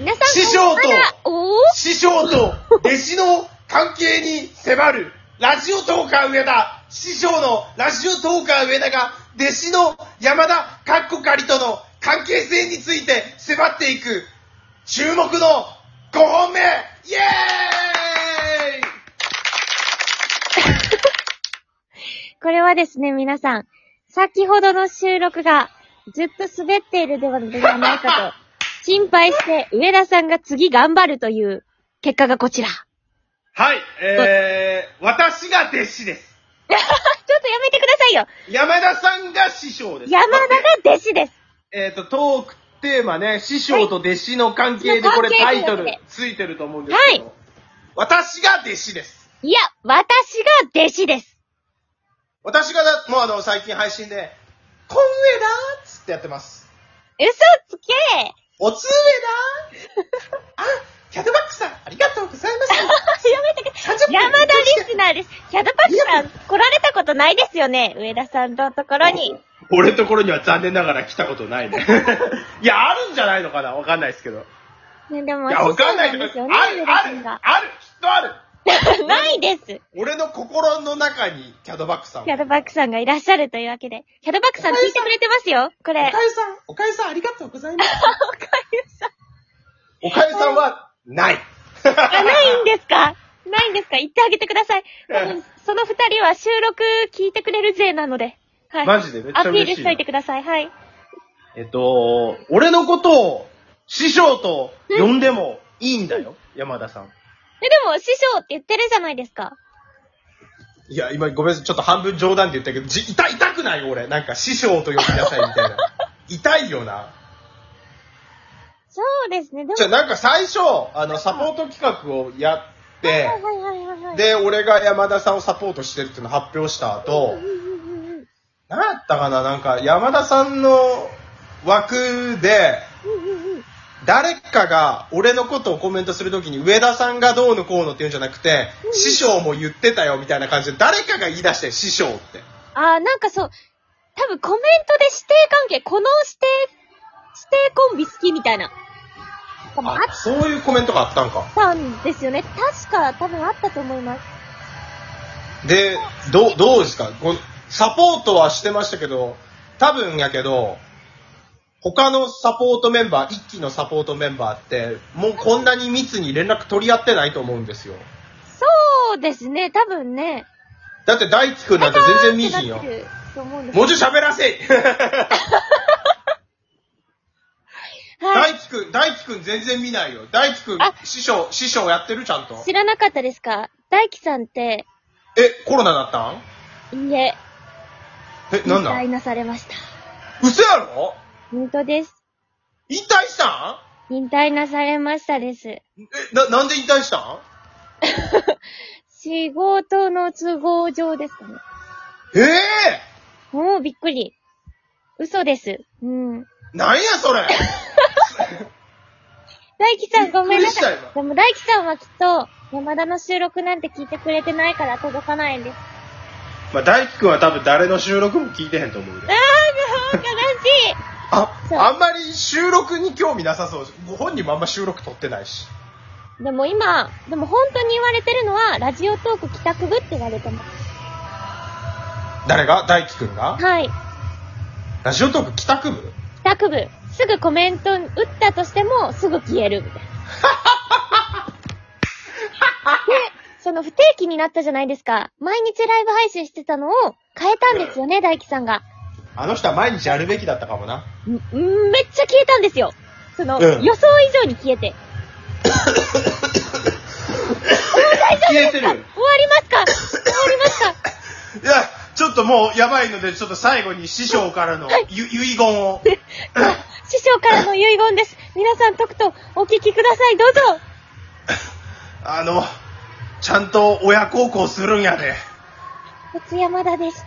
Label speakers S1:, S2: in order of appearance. S1: 皆さん、
S2: 師匠と
S1: こんばんはおー
S2: 師匠と弟子の関係に迫る、ラジオトーカー上田、師匠のラジオトーカー上田が、弟子の山田かっこかりとの関係性について迫っていく、注目の5本目イエーイ
S1: これはですね、皆さん、先ほどの収録がずっと滑っているではないかと、心配して、上田さんが次頑張るという結果がこちら。ちょっ
S2: はい、えー、私が弟子です。
S1: とやめてくださいよ
S2: 山田さんが師匠です。
S1: 山田が弟子です
S2: えっ、と、トークテーマね、師匠と弟子の関係でこれタ
S1: はい
S2: イトルついてると思うんですけど、
S1: は
S2: 私が弟子です。
S1: いや、私が弟子です
S2: 私がだ、もうあの、最近配信で、こん上だーっつってやってます。
S1: 嘘つけ
S2: おつ上だーあ、キャドバックさん、ありがとうございま
S1: やめてくださ
S2: 30
S1: い。
S2: 分
S1: 山田リスナーです。キャドパックさん、来られたことないですよね上田さんのところに。
S2: 俺のところには残念ながら来たことない ね。いや、あるんじゃないのかなわかんないですけど。
S1: ね、でも、
S2: いや、わかんない
S1: そ
S2: け
S1: う
S2: ど、
S1: な
S2: あ
S1: んですよね、、
S2: る
S1: 上田
S2: あ
S1: さん
S2: る、
S1: が。
S2: ある、きっとある。
S1: ないです
S2: 俺の心の中にキャドバックさんは
S1: キャドバックさんがいらっしゃるというわけで。キャドバックさん聞いてくれてますよこれ。
S2: ゆさん、おかゆさんありがとうございます。おかゆさんは、ない。
S1: あ、ないんですかないんですか言ってあげてください。多
S2: ええ
S1: 分、その二人は収録聞いてくれる勢なので。はい。
S2: マジでめっちゃ
S1: アピール
S2: 嬉し
S1: し
S2: い
S1: と。
S2: ない
S1: てください。はい。
S2: えっと、俺のことを師匠と呼んでもいいんだよ、山田さん。
S1: え、でも、師匠って言ってるじゃないですか。
S2: いや、今ごめんなさい。ちょっと半分冗談で言ったけど、じ痛痛くない俺。なんか師匠と呼びなさいみ たいな。痛いよな。
S1: そうですね。でも、
S2: じゃあなんか最初、あの、サポート企画をやって、
S1: はいはいはいはいはい。
S2: で、俺が山田さんをサポートしてるっていうのを発表した後
S1: うん、うんうんうん
S2: 何やったかななんか山田さんの枠で、
S1: うんうんうん
S2: 誰かが俺のことをコメントするときに上田さんがどうのこうのって言うんじゃなくて、師匠も言ってたよみたいな感じで誰かが言い出して師匠って。
S1: あー、なんかそう、多分コメントで指定関係、この指定、指定コンビ好きみたいな。多分あっ
S2: あ、そういうコメントがあったんか。
S1: たんですよね。確か、多分あったと思います。
S2: で、どう、どうですかこうサポートはしてましたけど、多分やけど、他のサポートメンバー、一期のサポートメンバーって、もうこんなに密に連絡取り合ってないと思うんですよ。
S1: そうですね、多分ね。
S2: だって大輝くんなんて全然見えひんよ
S1: って。なってると思うんです
S2: もうちょい喋らせい
S1: はい。
S2: 大輝くん、大輝くん全然見ないよ。大輝くん
S1: あ、
S2: 師匠、師匠やってるちゃんと。
S1: 知らなかったですか大輝さんって、
S2: え、コロナだったん
S1: いいえ、
S2: え、
S1: 引
S2: なんだ
S1: 退なされました。
S2: 嘘やろ
S1: 本当です。
S2: 引退した
S1: 引退なされましたです。
S2: んえ、な、なんで引退したん
S1: 仕事の都合上ですかね。
S2: ええ
S1: もうびっくり。嘘です。うん。
S2: なんやそれ
S1: 大輝さんごめんなさ
S2: び
S1: い
S2: っくりした。
S1: でも大輝さんはきっと、山田の収録なんて聞いてくれてないから届かないんです。
S2: まあ、大輝くんは多分誰の収録も聞いてへんと思うよ
S1: あー、悲しい。
S2: あ、
S1: そう
S2: あんまり収録に興味なさそう。ご本人もあんま収録撮ってないし。
S1: でも今、でも本当に言われてるのは、ラジオトーク帰宅部って言われてます。
S2: 誰が大輝くんが
S1: はい。
S2: ラジオトーク帰宅部
S1: 帰宅部。すぐコメント打ったとしても、すぐ消えるみたいな。で、その不定期になったじゃないですか。毎日ライブ配信してたのを変えたんですよね、大輝さんが。
S2: あの人は毎日やるべきだったかもな。
S1: んんめっちゃ消えたんですよ。その、
S2: うん
S1: 予想以上に消えて。
S2: 消えてるよ
S1: 終わりますか終わりますか
S2: いや、ちょっともうやばいので、ちょっと最後に師匠からのゆ遺言を。
S1: 師匠からの遺言です。皆さんとくとお聞きください。どうぞ。
S2: あの、ちゃんと親孝行するんやで。
S1: 松山田でした。